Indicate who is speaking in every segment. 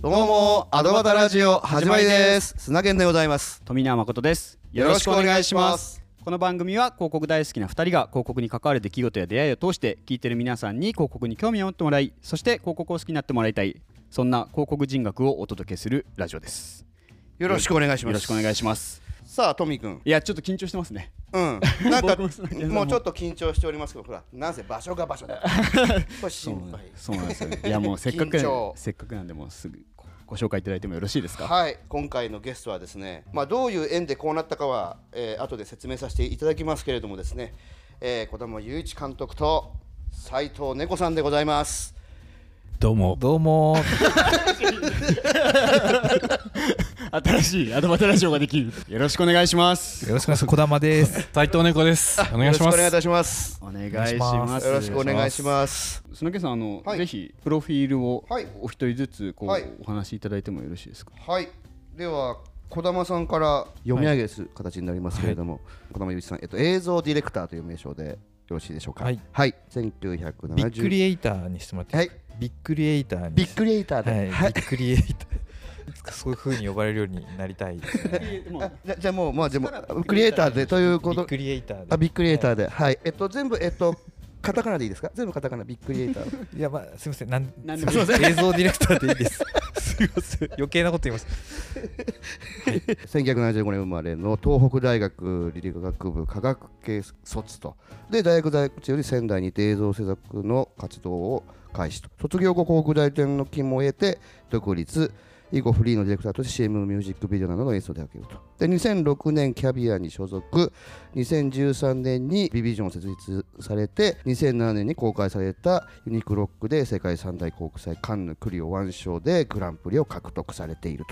Speaker 1: どうもアドバタラジオ始まりです砂源でございます
Speaker 2: 富永誠です
Speaker 1: よろしくお願いします
Speaker 2: この番組は広告大好きな2人が広告に関わる出来事や出会いを通して聞いてる皆さんに広告に興味を持ってもらいそして広告を好きになってもらいたいそんな広告人学をお届けするラジオです
Speaker 1: よろしくお願いします
Speaker 2: よろしくお願いします
Speaker 1: さあトミー君
Speaker 2: いやちょっと緊張してますね
Speaker 1: うんなんか
Speaker 2: 僕も砂源さんも
Speaker 1: もうちょっと緊張しておりますけどほらなんせ場所が場所だ これ心配
Speaker 2: そうなんですよねいやもうせっかく
Speaker 1: 緊張
Speaker 2: せっかくなんでもうすぐごご紹介いただいてもよろしいですか
Speaker 1: はい今回のゲストはですね、まあ、どういう縁でこうなったかは、えー後で説明させていただきますけれどもですね、えー、児玉雄一監督と斉藤猫さんでございます
Speaker 3: どうも。どうも。
Speaker 2: 新しいアドバタラジオができるよろしくお願いします
Speaker 3: よろしくお願いします。小玉 です。斉藤猫です。お願いしま
Speaker 1: よろしくお願いい
Speaker 3: す。
Speaker 1: たします
Speaker 2: お願いします
Speaker 1: よろしくお願いします
Speaker 2: 砂木さんあの、
Speaker 1: はい
Speaker 2: ぜひプロフィールを
Speaker 1: はい
Speaker 2: お一人ずつこう、
Speaker 1: はい
Speaker 2: お話しいただいてもよろしいですか
Speaker 1: はいでは児玉さんから読み上げする形になりますけれども、児玉雄一さん、えっと、映像ディレクターという名称でよろしいでしょうか
Speaker 3: はい、
Speaker 1: 1970
Speaker 3: ビッグリエイターにしてもらっていいですか。ビッグリエイターに。
Speaker 1: ビッグリエイターで、
Speaker 3: はい。ビッグリエイター。いつかそういう風に呼ばれるように なりたいですね。
Speaker 1: あじゃじゃあもう、まあ、でもクリエイターでという
Speaker 3: ビ
Speaker 1: こ
Speaker 3: ッ
Speaker 1: と
Speaker 3: グリエイター
Speaker 1: あ
Speaker 3: で。
Speaker 1: ビッグリエイターで、はい、えっと全部えっとカタカナでいいですか？全部カタカナビッグリエイタ ー。
Speaker 3: いやまあすみません。なん
Speaker 2: なんで
Speaker 3: で
Speaker 2: も
Speaker 3: も
Speaker 2: いいです
Speaker 3: 映像ディレクターでいい です。すみません。余計なこと言いました。
Speaker 1: 1975年生まれの東北大学理学部科学系卒とで大学在学中より仙台にて映像制作の活動を開始と卒業後広告代理店の勤務を得て独立以後フリーのディレクターとして CM ミュージックビデオなどの演奏で受けるとで2006年キャビアに所属2013年にビビジョンを設立されて2007年に公開されたユニクロックで世界三大広告祭カンヌクリオワン賞でグランプリを獲得されている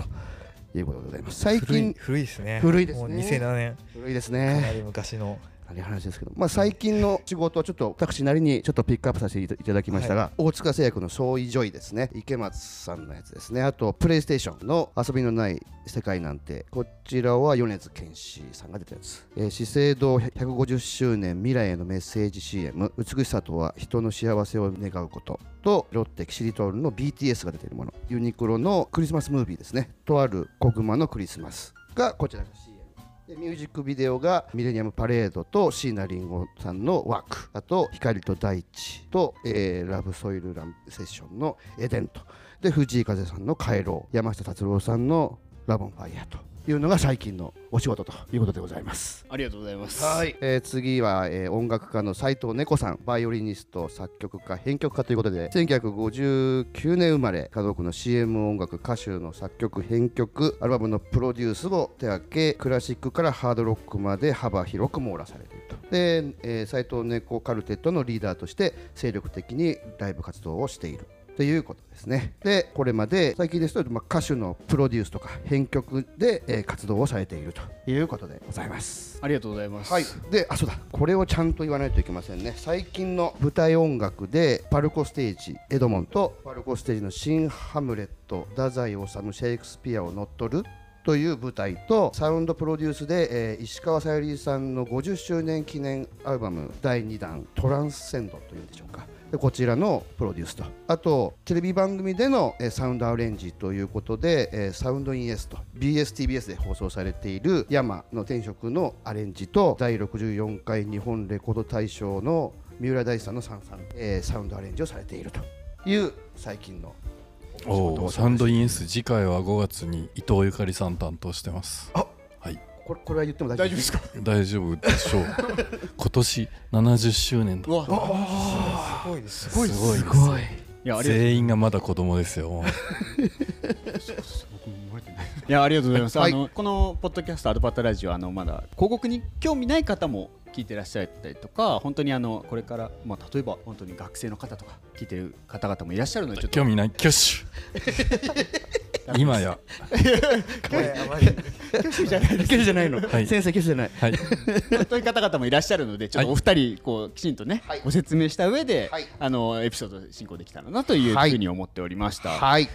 Speaker 1: ということでございます最
Speaker 3: 古い
Speaker 1: 近
Speaker 3: 古いですね。
Speaker 1: 古いですね
Speaker 3: もう2007年
Speaker 1: 古いです
Speaker 3: か
Speaker 1: ね
Speaker 3: なり昔の。
Speaker 1: あれ話ですけど、まあ、最近の仕事はちょっと私なりにちょっとピックアップさせていただきましたが、大塚製薬のソーイジョイですね池松さんのやつですねあとプレイステーションの遊びのない世界なんてこちらは米津玄師さんが出たやつ、えー資生堂150周年未来へのメッセージ CM 美しさとは人の幸せを願うこととロッテキシリトールの BTS が出ているものユニクロのクリスマスムービーですねとある小熊のクリスマスがこちらの CM でミュージックビデオがミレニアムパレードと椎名林檎さんのワークあと光と大地と、えーラブソイルランセッションのエデンとで藤井風さんの回廊山下達郎さんのラボンファイヤーというのが最近のお仕事ということでございます。
Speaker 2: ありがとうございます
Speaker 1: はい、えー次は、えー音楽家の斉藤猫さんバイオリニスト作曲家編曲家ということで1959年生まれ家族の CM 音楽歌手の作曲編曲アルバムのプロデュースを手掛けクラシックからハードロックまで幅広く網羅されているとで、えー、斉藤猫カルテットのリーダーとして精力的にライブ活動をしているということですねでこれまで最近ですと、まあ、歌手のプロデュースとか編曲で、えー活動をされているということでございます
Speaker 2: ありがとうございます
Speaker 1: はい、であそうだこれをちゃんと言わないといけませんね最近の舞台音楽でパルコステージエドモンとパルコステージの「新ハムレット」太宰治シェイクスピアを乗っ取るという舞台とサウンドプロデュースで、えー石川さゆりさんの50周年記念アルバム第2弾「トランスセンド」というんでしょうかでこちらのプロデュースとあとテレビ番組での、えーサウンドアレンジということで、えーサウンドインエスと BSTBS で放送されている「山の転職」のアレンジと第64回日本レコード大賞の三浦大知さんの三々、えーサウンドアレンジをされているという最近の
Speaker 4: おおサンドインエス次回は5月に伊藤ゆかりさん担当してます
Speaker 1: これこれは言っても大丈夫ですか
Speaker 4: 大丈夫でしょう今年70周年だ
Speaker 2: うわ
Speaker 3: すごいです。
Speaker 4: すごいです
Speaker 1: い
Speaker 2: いやありがとう
Speaker 4: 全員がまだ子供ですよもう
Speaker 2: いやありがとうございます、
Speaker 1: はい
Speaker 2: あのこのポッドキャストアドバタラジオあのまだ広告に興味ない方も聞いてらっしゃったりとか本当にあのこれからまあ例えば本当に学生の方とか聞いてる方々もいらっしゃるのでちょっと
Speaker 4: 興味ない挙手今や
Speaker 3: これやば い。
Speaker 2: じゃないです
Speaker 1: じゃないの、
Speaker 4: はい
Speaker 1: 先生拒否じゃない
Speaker 4: はい
Speaker 2: そういう方々もいらっしゃるので、ちょっとお二人こうきちんとね、
Speaker 1: はい
Speaker 2: ご説明した上で、
Speaker 1: はい
Speaker 2: あのエピソード進行できたらなという
Speaker 1: はい
Speaker 2: ふうに思っておりました。
Speaker 1: はい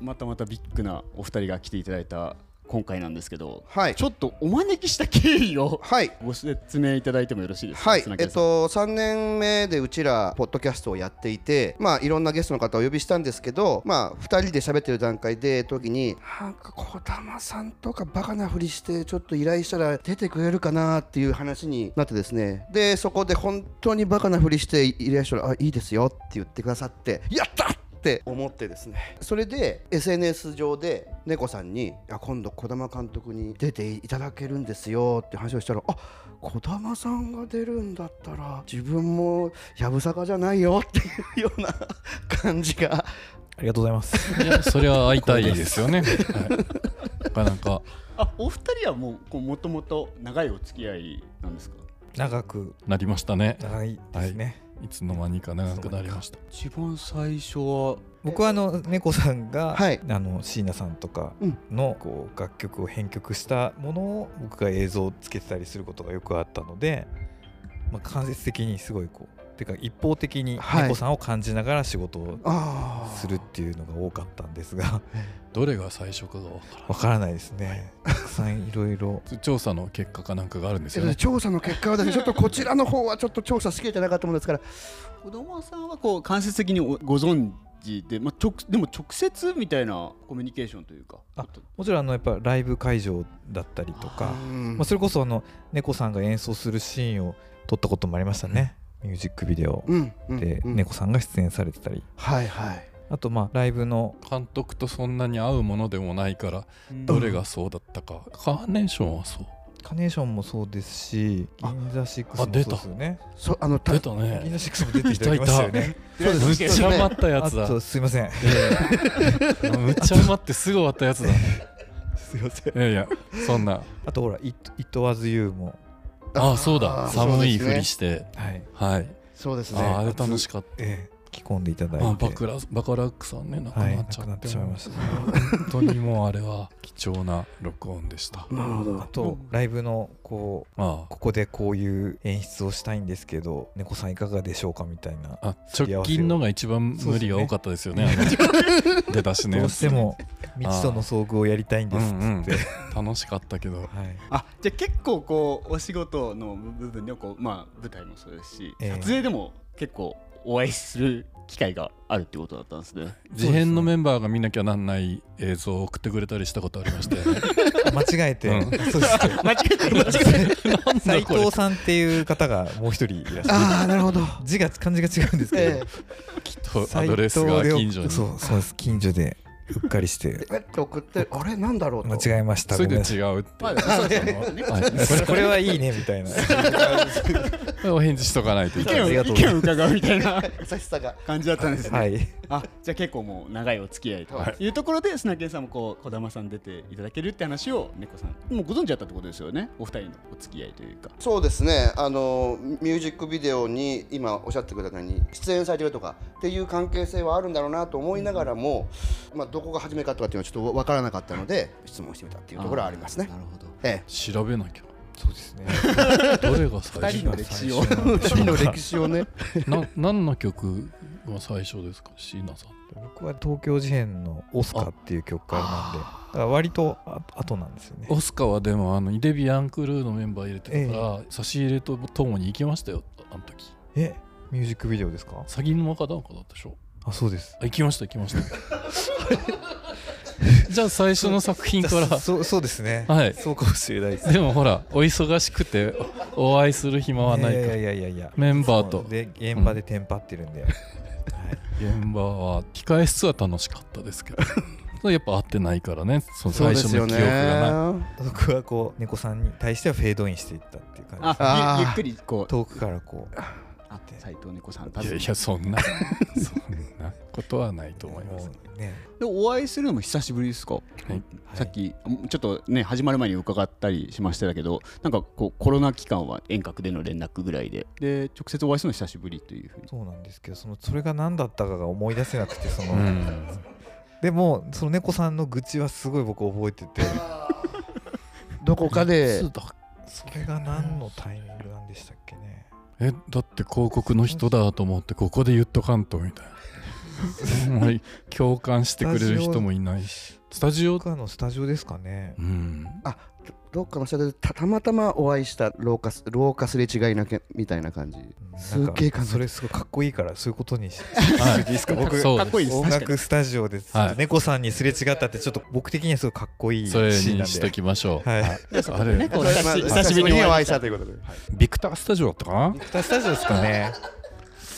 Speaker 2: またまたビッグなお二人が来ていただいた。今回なんですけど、
Speaker 1: はい
Speaker 2: ちょっとお招きした経緯を
Speaker 1: はい
Speaker 2: ご説明いただいてもよろしいですか、
Speaker 1: はい
Speaker 2: 綱、木
Speaker 1: え
Speaker 2: 屋
Speaker 1: っ
Speaker 2: さ
Speaker 1: と、3
Speaker 2: ん
Speaker 1: 年目でうちら、ポッドキャストをやっていて、まあ、いろんなゲストの方をお呼びしたんですけど、まあ、2人で喋ってる段階で、時に、なんか、児玉さんとかバカなふりして、ちょっと依頼したら出てくれるかなっていう話になってですね、で、そこで本当にバカなふりして依頼したら、あ、いいですよって言ってくださって、やったって思ってですねそれで SNS 上で猫さんに「あ今度児玉監督に出ていただけるんですよ」って話をしたら「あ児玉さんが出るんだったら自分もやぶさかじゃないよ」っていうような感じが
Speaker 3: ありがとうございます。
Speaker 4: いやそれは会いたいですよね、はい、なかなか
Speaker 2: あお二人はもうこうもともと長いお付き合いなんですか
Speaker 3: 長く
Speaker 4: なりましたね
Speaker 3: 長いですね。
Speaker 4: いつの間にか長くなりました
Speaker 2: 一番最初は
Speaker 3: 僕はあの猫さんが、
Speaker 1: はい
Speaker 3: あの椎名さんとかのこう楽曲を編曲したものを僕が映像をつけてたりすることがよくあったので、まあ、間接的にすごいこうてか一方的に
Speaker 1: はい
Speaker 3: 猫さんを感じながら仕事を
Speaker 1: あー
Speaker 3: するっていうのが多かったんですが
Speaker 4: どれが最初かが分か
Speaker 3: わからないですね。たくさんいろいろ
Speaker 4: らん調査の結果かなんかがあるんです
Speaker 1: えっと
Speaker 4: よね
Speaker 1: 調査の結果は ですねちょっとこちらの方はちょっと調査しきれてなかったものですから
Speaker 2: 子供さんはこう間接的におご存知で、まあ、直でも直接みたいなコミュニケーションというか
Speaker 3: あもちろんあのやっぱライブ会場だったりとか、
Speaker 1: うん
Speaker 3: まあ、それこそあの猫さんが演奏するシーンを撮ったこともありましたね、ミュージックビデオ
Speaker 1: うんうん
Speaker 3: で
Speaker 1: うん
Speaker 3: 猫さんが出演されてたり
Speaker 1: はいはい
Speaker 3: あとまあライブの
Speaker 4: 監督とそんなに合うものでもないからどれがそうだったかカーネーションはそう
Speaker 3: カーネーションもそうですし
Speaker 1: あ
Speaker 3: 銀座シックス
Speaker 4: あ
Speaker 3: もそう
Speaker 4: 出た
Speaker 3: ですよね
Speaker 1: そあのた
Speaker 4: 出た
Speaker 3: 銀
Speaker 4: ね
Speaker 3: 座シックスも出ていただきましたよね
Speaker 1: そうです
Speaker 4: むっちゃ余ったや
Speaker 3: あ
Speaker 4: つだ
Speaker 3: とすいません
Speaker 4: ええむっちゃ余ってすぐ終わったやつだ
Speaker 3: すいません
Speaker 4: いやいやそんな
Speaker 3: あとほら「It It Was You」も
Speaker 4: ああそうだ
Speaker 1: あー
Speaker 4: 寒いふりして
Speaker 3: はい
Speaker 4: はい
Speaker 1: そうです
Speaker 4: あ
Speaker 1: ね
Speaker 4: ーあれ楽しかった
Speaker 3: ええ着込んでいただいて
Speaker 4: あバクラバカラックさんねなく
Speaker 3: はい
Speaker 4: な
Speaker 3: な
Speaker 4: っちゃ
Speaker 3: く
Speaker 4: っ
Speaker 3: なっててしまいました
Speaker 4: 本当にもうあれは貴重な録音でした
Speaker 1: なるほど
Speaker 3: あとライブのこう
Speaker 4: ま
Speaker 3: ここでこういう演出をしたいんですけど猫さんいかがでしょうかみたいな
Speaker 4: ああ直近のが一番無理が多かったですよねあの出だしの
Speaker 3: ど
Speaker 4: や
Speaker 3: う
Speaker 4: つ
Speaker 3: しても未知との遭遇をやりたいん
Speaker 4: う
Speaker 3: ですっつっ
Speaker 4: ん
Speaker 3: て、
Speaker 4: うん楽しかったけど
Speaker 3: はい
Speaker 2: あじゃあ結構こうお仕事の部分でこう、まあ、舞台もそうですし、
Speaker 3: ええ
Speaker 2: 撮影でも結構お会いする機会があるってことだったんですね。
Speaker 4: 事変のメンバーが見なきゃなんない映像を送ってくれたりしたことありまして
Speaker 3: 間違えて、
Speaker 4: うん
Speaker 3: そうです
Speaker 2: 間違えてる間違えてる
Speaker 3: 斉藤さんっていう方がもう一人いらっしゃる
Speaker 1: ああなるほど
Speaker 3: 字が漢字が違うんですけど、
Speaker 1: ええ
Speaker 4: きっとアドレスが近所に
Speaker 3: そうそうです近所でうっかりして
Speaker 1: えって送ってあれなんだろうと
Speaker 3: 間違えました
Speaker 4: そ
Speaker 3: ご
Speaker 4: れ
Speaker 3: め
Speaker 4: で
Speaker 3: んなさい
Speaker 4: 違うって、
Speaker 2: まあそうですね
Speaker 4: はい
Speaker 3: これこれ はいいねみたいな
Speaker 4: お返事しとかないとい
Speaker 2: 意
Speaker 4: けない
Speaker 2: 見
Speaker 3: あ
Speaker 2: を
Speaker 3: りがとう
Speaker 2: 意
Speaker 3: ござい
Speaker 2: 見を伺
Speaker 3: ます
Speaker 2: うみたいな
Speaker 1: 優しさが
Speaker 2: 感じだったんですね。
Speaker 3: はい
Speaker 2: あじゃあ結構もう長いお付き合いと
Speaker 1: はい
Speaker 2: いうところで砂犬さんもこう児玉さん出ていただけるって話を猫さんもうご存知だったってことですよねお二人のお付き合いというか
Speaker 1: そうですねあのミュージックビデオに今おっしゃってくれたように出演されてるとかっていう関係性はあるんだろうなと思いながらも、まあ、どこが初めかとかっていうのはちょっと分からなかったので質問してみたっていうところはありますね
Speaker 2: な。るほど
Speaker 1: え
Speaker 4: 調べなき
Speaker 3: そうですね
Speaker 4: ゃどれが
Speaker 2: 二
Speaker 4: 最
Speaker 2: 人
Speaker 4: 初
Speaker 2: の歴史を
Speaker 3: 最初なんでしょうか
Speaker 1: え、の歴史を ね
Speaker 4: な何の曲が最初ですか椎名さん
Speaker 3: 僕は東京事変の「オスカ」っていう曲からなんでだから割とあ後なんですよね
Speaker 4: オスカーはでもあのイデビアンクルーのメンバー入れてたから、差し入れとともに行きましたよあの時
Speaker 3: えミュージックビデオですか
Speaker 4: 詐欺の若なんかだったでしょ
Speaker 3: あそうです
Speaker 4: あ行きました行きましたじゃあ最初の作品か
Speaker 3: そ
Speaker 4: ら
Speaker 3: そうそうですね
Speaker 4: はい
Speaker 3: そうかもしれないです
Speaker 4: でもほらお忙しくておお会いする暇はない
Speaker 3: いや
Speaker 4: から
Speaker 3: いやいやいや
Speaker 4: メンバーと
Speaker 3: で現場でテンパってるんで、はい
Speaker 4: 現場は控え室は楽しかったですけど それやっぱ会ってないからねその最初の記憶がない
Speaker 1: ね
Speaker 3: 僕はこう猫さんに対してはフェードインしていったっていう感じですね
Speaker 2: あ
Speaker 1: あー
Speaker 2: ゆゆっくりこう
Speaker 3: 遠くからこう
Speaker 2: あ斎藤猫さん
Speaker 4: いやいやそんな そんなことはないと思います
Speaker 3: もうね、
Speaker 2: でお会いするのも久しぶりですか、
Speaker 4: い
Speaker 2: さっきちょっとね始まる前に伺ったりしましたけどなんかこうコロナ期間は遠隔での連絡ぐらいでで直接お会いするの久しぶりというふうに
Speaker 3: そうなんですけどそのそれが何だったかが思い出せなくてその、
Speaker 4: うん
Speaker 3: でもその猫さんの愚痴はすごい僕覚えてて
Speaker 1: どこかで
Speaker 4: いつだ
Speaker 3: それが何のタイミングなんでしたっけね
Speaker 4: えだって広告の人だと思ってここで言っとかんとみたいな あんまり共感してくれる人もいないしスタジオ
Speaker 3: 僕あのスタジオですかね
Speaker 4: うん
Speaker 1: どっかの下でたたまたまお会いした廊下す廊下すれ違いなけみたいな感じ
Speaker 3: うん
Speaker 1: すっげ
Speaker 3: な
Speaker 1: え
Speaker 3: んか
Speaker 1: 感
Speaker 3: そ
Speaker 1: じ
Speaker 3: れすごいかっこいいからそういうことにし
Speaker 4: はい
Speaker 3: いいですか僕
Speaker 4: そう
Speaker 2: かっこいいです
Speaker 3: 音楽スタジオでちょっ
Speaker 4: は
Speaker 3: と
Speaker 4: い
Speaker 3: 猫さんにすれ違ったってちょっと僕的にはすごいかっこいいシ
Speaker 4: それ
Speaker 3: ーンな
Speaker 4: に
Speaker 3: ん
Speaker 4: しと
Speaker 3: で
Speaker 4: きましょう、
Speaker 3: はい
Speaker 4: あれ
Speaker 2: 猫久し
Speaker 1: 久
Speaker 2: 久
Speaker 1: し
Speaker 2: し
Speaker 1: ぶ
Speaker 2: ぶ
Speaker 1: り
Speaker 2: り
Speaker 1: に
Speaker 2: に
Speaker 1: お
Speaker 2: お
Speaker 1: 会
Speaker 2: 会
Speaker 1: い
Speaker 2: い
Speaker 1: し
Speaker 2: したた
Speaker 1: ということで
Speaker 4: ビクタースタジオだったかな
Speaker 3: ビクタースタジオですかね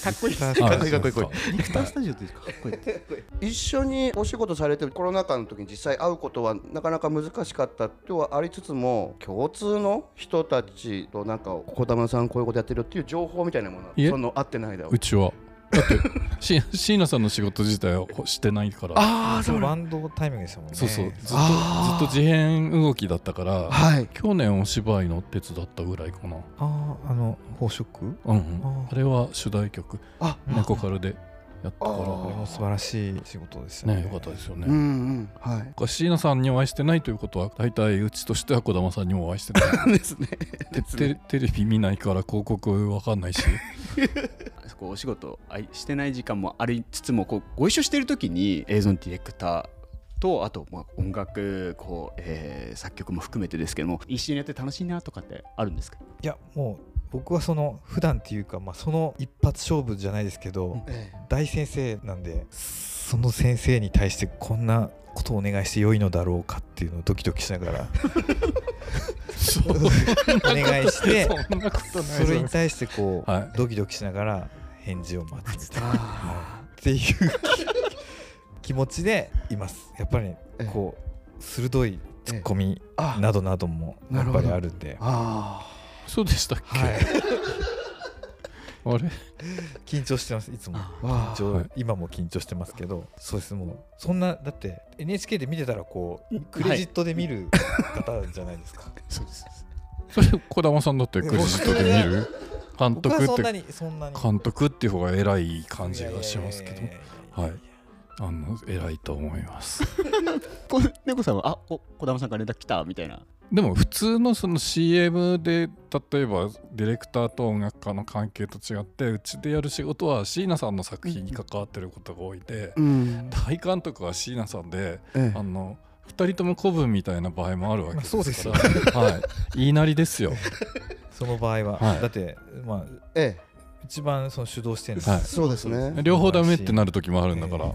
Speaker 2: かっこいい
Speaker 3: ビクタース
Speaker 1: か
Speaker 3: タ
Speaker 1: っこいい
Speaker 3: ジ
Speaker 1: か
Speaker 3: オ
Speaker 1: っこいいかっこ
Speaker 2: ビクタースタジオってかっこいい
Speaker 1: 一緒にお仕事されてるコロナ禍の時に実際会うことはなかなか難しかったとはありつつも共通の人たちとなんか小玉さんこういうことやってるよっていう情報みたいなもの
Speaker 4: いえ
Speaker 1: はその会ってない間は
Speaker 4: うちはだって し椎名さんの仕事自体をしてないから
Speaker 1: あ
Speaker 3: そうバンドタイミングでしたもんね
Speaker 4: そうそうずっとず
Speaker 1: あー
Speaker 4: っと事変動きだったから
Speaker 1: はい
Speaker 4: 去年お芝居の手伝ったぐらいかな
Speaker 3: あああの宝飾
Speaker 4: うんうん
Speaker 3: あー
Speaker 4: あれは主題曲
Speaker 1: あ
Speaker 4: 「猫カル」でやったか
Speaker 1: あ
Speaker 3: これ
Speaker 1: ー
Speaker 4: ら
Speaker 3: も素晴らしい仕事でしたね
Speaker 4: ねよかったですよ
Speaker 1: うんう
Speaker 4: ね
Speaker 1: んはい
Speaker 4: 椎名さんにお会いしてないということは大体うちとしては児玉さんにもお会いしてな い
Speaker 1: ですね
Speaker 4: てテテレビ見ないから広告わかん ないし
Speaker 2: そこお仕事あいしてない時間もありつつもこうご一緒してる時に映像のディレクターとあとまあ音楽こう、えー作曲も含めてですけども一緒にやって楽しいなとかってあるんですか
Speaker 3: いやもう僕はその普段っていうか、まあ、その一発勝負じゃないですけど、大先生なんでその先生に対してこんなことをお願いして良いのだろうかっていうのをドキドキしながら
Speaker 4: そう
Speaker 3: お願いして
Speaker 4: そんなことない
Speaker 3: それに対してこう、
Speaker 4: はい
Speaker 3: ドキドキしながら返事を待つみたいな
Speaker 1: あ
Speaker 3: っていう 気持ちでいますやっぱり
Speaker 1: ええ
Speaker 3: こう鋭いツッコミ
Speaker 1: ーあ
Speaker 3: などなども
Speaker 1: な
Speaker 3: や
Speaker 1: る
Speaker 3: っ
Speaker 1: ほ
Speaker 3: ぱ
Speaker 1: ど
Speaker 3: りあるんで、
Speaker 1: あ
Speaker 4: そうでしたっけ、
Speaker 3: はい、
Speaker 4: あれ
Speaker 3: 緊張してますいつも。
Speaker 1: ーあー
Speaker 3: 緊張
Speaker 4: はい
Speaker 3: 今も緊張してますけどそうですもうそんなだって NHK で見てたらこうクレジットで見る方じゃな いですか、
Speaker 2: そうです
Speaker 4: それ児玉さんだってクレジットで見る監
Speaker 3: 僕は
Speaker 4: 督っ
Speaker 3: そんな
Speaker 4: て
Speaker 3: にそんなに
Speaker 4: 監督っていう方が偉い感じがしますけ
Speaker 3: いやいやい
Speaker 4: ど
Speaker 3: やや
Speaker 4: はいあの偉いと思います
Speaker 2: こう猫さんはあお小玉さんから連絡来たみたいな
Speaker 4: でも普通のその CM で例えばディレクターと音楽家の関係と違ってうちでやる仕事は椎名さんの作品に関わってることが多いで
Speaker 1: うん
Speaker 4: 大監督は椎名さんで
Speaker 1: ええ
Speaker 4: あの2人とも古文みたいな場合もあるわけです
Speaker 3: まあそう
Speaker 4: か
Speaker 3: ですよ
Speaker 4: ら、はい、言いなりですよ
Speaker 3: その場合は、
Speaker 4: はい
Speaker 3: だってまあ
Speaker 1: え
Speaker 3: 一番その主導してるんです、
Speaker 4: はい
Speaker 1: えそうですね
Speaker 4: 両方ダメってなる時もあるんだから
Speaker 3: え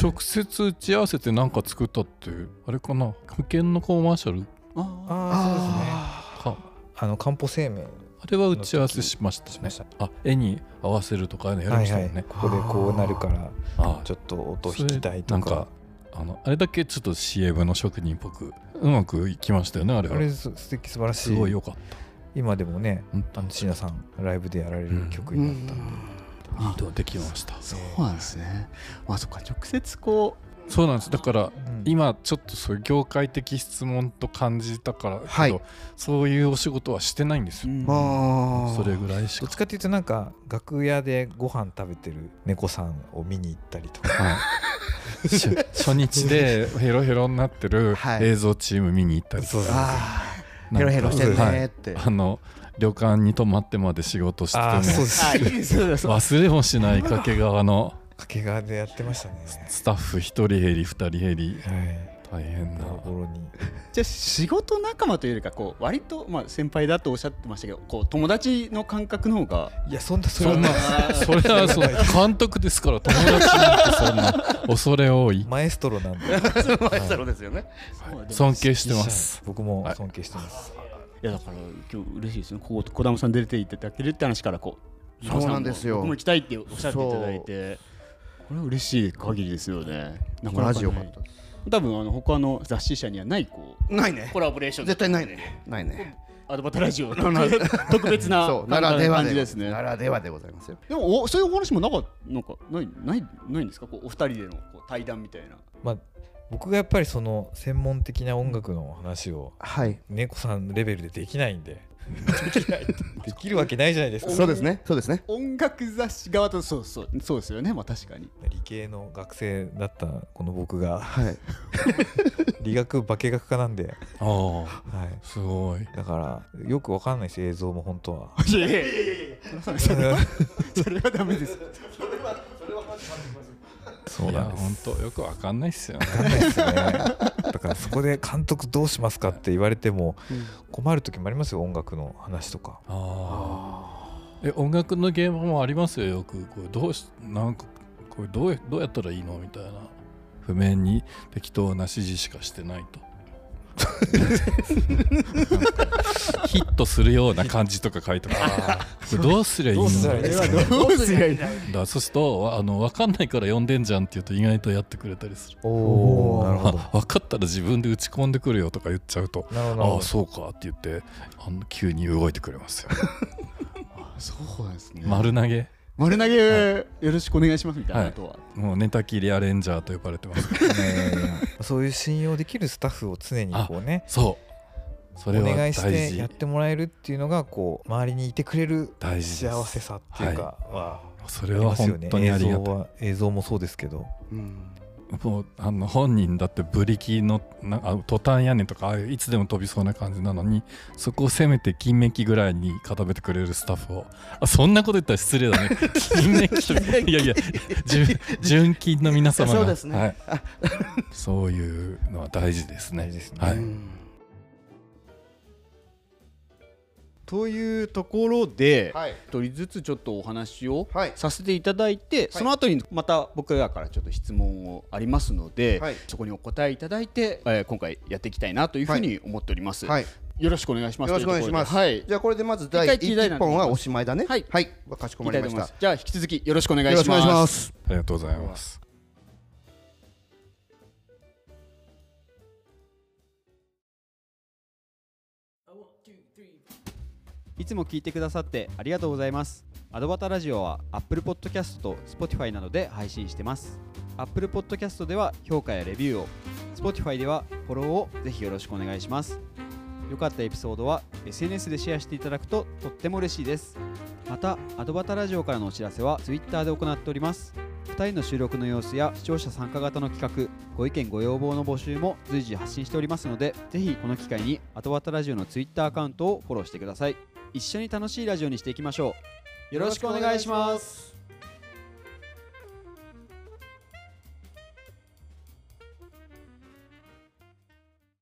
Speaker 4: 直接打ち合わせて何か作ったっていうあれかな保険のコマーシャル
Speaker 2: あ
Speaker 3: ああそうですね
Speaker 1: あ
Speaker 4: か
Speaker 3: あの漢方生命
Speaker 4: あれは打ち合わせしました
Speaker 3: し
Speaker 4: ね
Speaker 3: ました
Speaker 4: あ絵に合わせるとかああいうの
Speaker 3: は
Speaker 4: やりま
Speaker 3: い
Speaker 4: した
Speaker 3: は
Speaker 4: よ
Speaker 3: い
Speaker 4: ね、
Speaker 3: ここでこうなるから
Speaker 4: ああ
Speaker 3: ちょっと音引きたいと
Speaker 4: それなん
Speaker 3: か
Speaker 4: かあのあれだけちょっと CM の職人っぽくうまくいきましたよねあれ
Speaker 3: あれ
Speaker 4: は
Speaker 3: す素敵素晴らしい
Speaker 4: すごい良かった
Speaker 3: 今でもね
Speaker 4: 本
Speaker 3: あ
Speaker 4: 当
Speaker 3: の
Speaker 4: に
Speaker 3: 椎名さんライブでやられ
Speaker 4: う
Speaker 3: る
Speaker 4: ん
Speaker 3: 曲
Speaker 1: う
Speaker 3: になったんで、
Speaker 1: ん
Speaker 4: いいとできました
Speaker 2: そうなんですねまあそっか直接こ
Speaker 4: そうなんですだから
Speaker 3: うん
Speaker 4: 今ちょっとそういう業界的質問と感じたからけど、
Speaker 1: はい
Speaker 4: そういうお仕事はしてないんです
Speaker 2: う、
Speaker 4: よ、
Speaker 1: あー
Speaker 4: それぐらいし
Speaker 3: どっ
Speaker 4: か
Speaker 3: ちかっていうとなんか楽屋でご飯食べてる猫さんを見に行ったりとか
Speaker 4: はいし初日でヘロヘロになってる
Speaker 1: はい
Speaker 4: 映像チーム見に行ったりとか
Speaker 3: そうそう
Speaker 1: あ
Speaker 4: な
Speaker 1: あヘ
Speaker 4: んか
Speaker 1: ロヘロしてる
Speaker 4: はい
Speaker 1: ねって
Speaker 4: あの旅館に泊まってまで仕事して
Speaker 3: あーそう
Speaker 4: ね
Speaker 3: です
Speaker 2: あいい ですそうです
Speaker 4: 忘れもしない掛川の
Speaker 3: 掛川でやってましたね、
Speaker 4: スタッフ1人減り2人減り
Speaker 3: はい、
Speaker 4: 大変
Speaker 3: ボ
Speaker 4: だ
Speaker 3: ロボロに
Speaker 2: じゃあ仕事仲間というよりかこう割とまあ先輩だとおっしゃってましたけどこう友達の感覚の方が
Speaker 3: いやそんなそれ
Speaker 4: そんな
Speaker 3: は
Speaker 4: それはその監督ですから友達なんてそんな恐れ多い
Speaker 3: マエストロなん で
Speaker 1: マエストロですよね
Speaker 4: 尊敬してます
Speaker 3: 僕も尊敬してます、
Speaker 2: いやだから今日嬉しいですねここ小玉さん出ていただけるって話からこう
Speaker 1: そうなんですよ
Speaker 2: 小玉さも僕も行きたいっておっしゃっていただいてこれは嬉しい限りですよねなかなかな
Speaker 1: ラ
Speaker 2: い
Speaker 1: ジオよかったです
Speaker 2: 多分あの他の雑誌社にはないこう
Speaker 1: ないね
Speaker 2: コラボレーション
Speaker 1: 絶対ないねないね
Speaker 2: アドバタラジ オの特別な
Speaker 1: そうならでは
Speaker 2: 感
Speaker 1: で
Speaker 2: じですね
Speaker 1: ならではでございますよ
Speaker 2: でもおそういうお話もなかなんかないないないんですかこうお二人でのこう対談みたいな
Speaker 3: まあ、僕がやっぱりその専門的な音楽の話を
Speaker 1: はい
Speaker 3: 猫さんレベルでできない んでできないできるわけないじゃないですか
Speaker 1: そうですねそうですね
Speaker 2: 音楽雑誌側とそうそうそうですよねまあ確かに
Speaker 3: 理系の学生だったこの僕が
Speaker 1: はい
Speaker 3: 理学化学科なんで、
Speaker 4: ああ
Speaker 3: はい、
Speaker 4: すごい
Speaker 3: だからよくわかんないです映像も本当は
Speaker 2: いやいやいや いやそれはダメです
Speaker 3: そう
Speaker 4: い
Speaker 3: な
Speaker 4: や
Speaker 3: んです
Speaker 4: 本当よくわかんないっすよね
Speaker 3: わかんないですよねだからそこで監督どうしますかって言われても困る時もありますよ音楽の話とか
Speaker 4: ああえ音楽の現場もありますよよくこれどうしなんかこれどうやどうやったらいいのみたいな譜面に適当な指示しかして ないとなんかヒットするような感じとか書いてもらうどうすりゃいいの
Speaker 3: すりゃいいの
Speaker 4: だ
Speaker 2: どうすりゃいいの
Speaker 4: からそうするとあの分かんないから読んでんじゃんって言うと意外とやってくれたりする
Speaker 3: おーなるほど
Speaker 4: あ分かったら自分で打ち込んでくるよとか言っちゃうと
Speaker 3: なるほどなる
Speaker 4: あ
Speaker 3: ほ
Speaker 4: あそうかって言ってあの急に動いてく れますよ
Speaker 2: そうなんですね
Speaker 4: 丸投げ
Speaker 2: 丸投げよろしくお願いしますみたいなことは
Speaker 4: もうネタ切りアレンジャーと呼ばれてます
Speaker 3: どね そういう信用できるスタッフを常にこうね
Speaker 4: そうそ
Speaker 3: お
Speaker 4: れは
Speaker 3: 願
Speaker 4: 大
Speaker 3: いして
Speaker 4: 事
Speaker 3: やってもらえるっていうのがこう周りにいてくれる
Speaker 4: 大事です
Speaker 3: 幸せさっていうかは
Speaker 4: そ
Speaker 3: あ
Speaker 4: れ
Speaker 3: り
Speaker 4: は
Speaker 3: ますよ
Speaker 4: 本
Speaker 3: ね
Speaker 4: 当にありが
Speaker 3: 映
Speaker 4: た
Speaker 3: 像
Speaker 4: い
Speaker 3: は映像もそうですけど
Speaker 1: うん
Speaker 4: もうあの本人だってブリキのなあトタン屋根とかああいういつでも飛びそうな感じなのにそこをせめて金メッキぐらいに固めてくれるスタッフをあそんなこと言ったら失礼だね 金メッキといやいや純純金の皆様が
Speaker 1: そうですね
Speaker 4: はい、そういうのは大事ですね
Speaker 3: 大事ですね
Speaker 4: は
Speaker 1: う
Speaker 4: い
Speaker 1: ん
Speaker 2: というところで
Speaker 1: はい
Speaker 2: 一人ずつちょっとお話を
Speaker 1: はい
Speaker 2: させていただいてその後にまた僕らからちょっと質問をありますので
Speaker 1: はい
Speaker 2: そこにお答えいただいてえー今回やっていきたいなというふうに思っております
Speaker 1: はい
Speaker 2: よろしくお願いします
Speaker 1: よろしくお願いします。
Speaker 2: というところで
Speaker 1: じゃあこれでまず
Speaker 2: 一
Speaker 1: 第
Speaker 2: 回切りたい
Speaker 1: 一
Speaker 2: なと思い
Speaker 1: 本
Speaker 2: ます
Speaker 1: はおしまいだね。
Speaker 2: はい
Speaker 1: はい。わかしこ
Speaker 2: はい
Speaker 1: ま
Speaker 2: い
Speaker 1: り
Speaker 2: きたいと
Speaker 1: ま
Speaker 2: 思
Speaker 1: した
Speaker 2: います。じゃあ引き続きよろしくお願
Speaker 1: よ
Speaker 2: い
Speaker 1: ろ
Speaker 2: し
Speaker 1: しくお願いし
Speaker 2: ま
Speaker 1: ますす。
Speaker 4: ありがとうございます
Speaker 5: いつも聞いてくださってありがとうございます。アドバタラジオは Apple Podcast と Spotify などで配信してます。Apple Podcast では評価やレビューを、Spotify ではフォローをぜひよろしくお願いします。良かったエピソードは SNS でシェアしていただくととっても嬉しいです。また、アドバタラジオからのお知らせは Twitter で行っております。2人の収録の様子や視聴者参加型の企画、ご意見ご要望の募集も随時発信しておりますので、ぜひこの機会にアドバタラジオの Twitter アカウントをフォローしてください。一緒に楽しいラジオにしていきましょうよろしくお願いします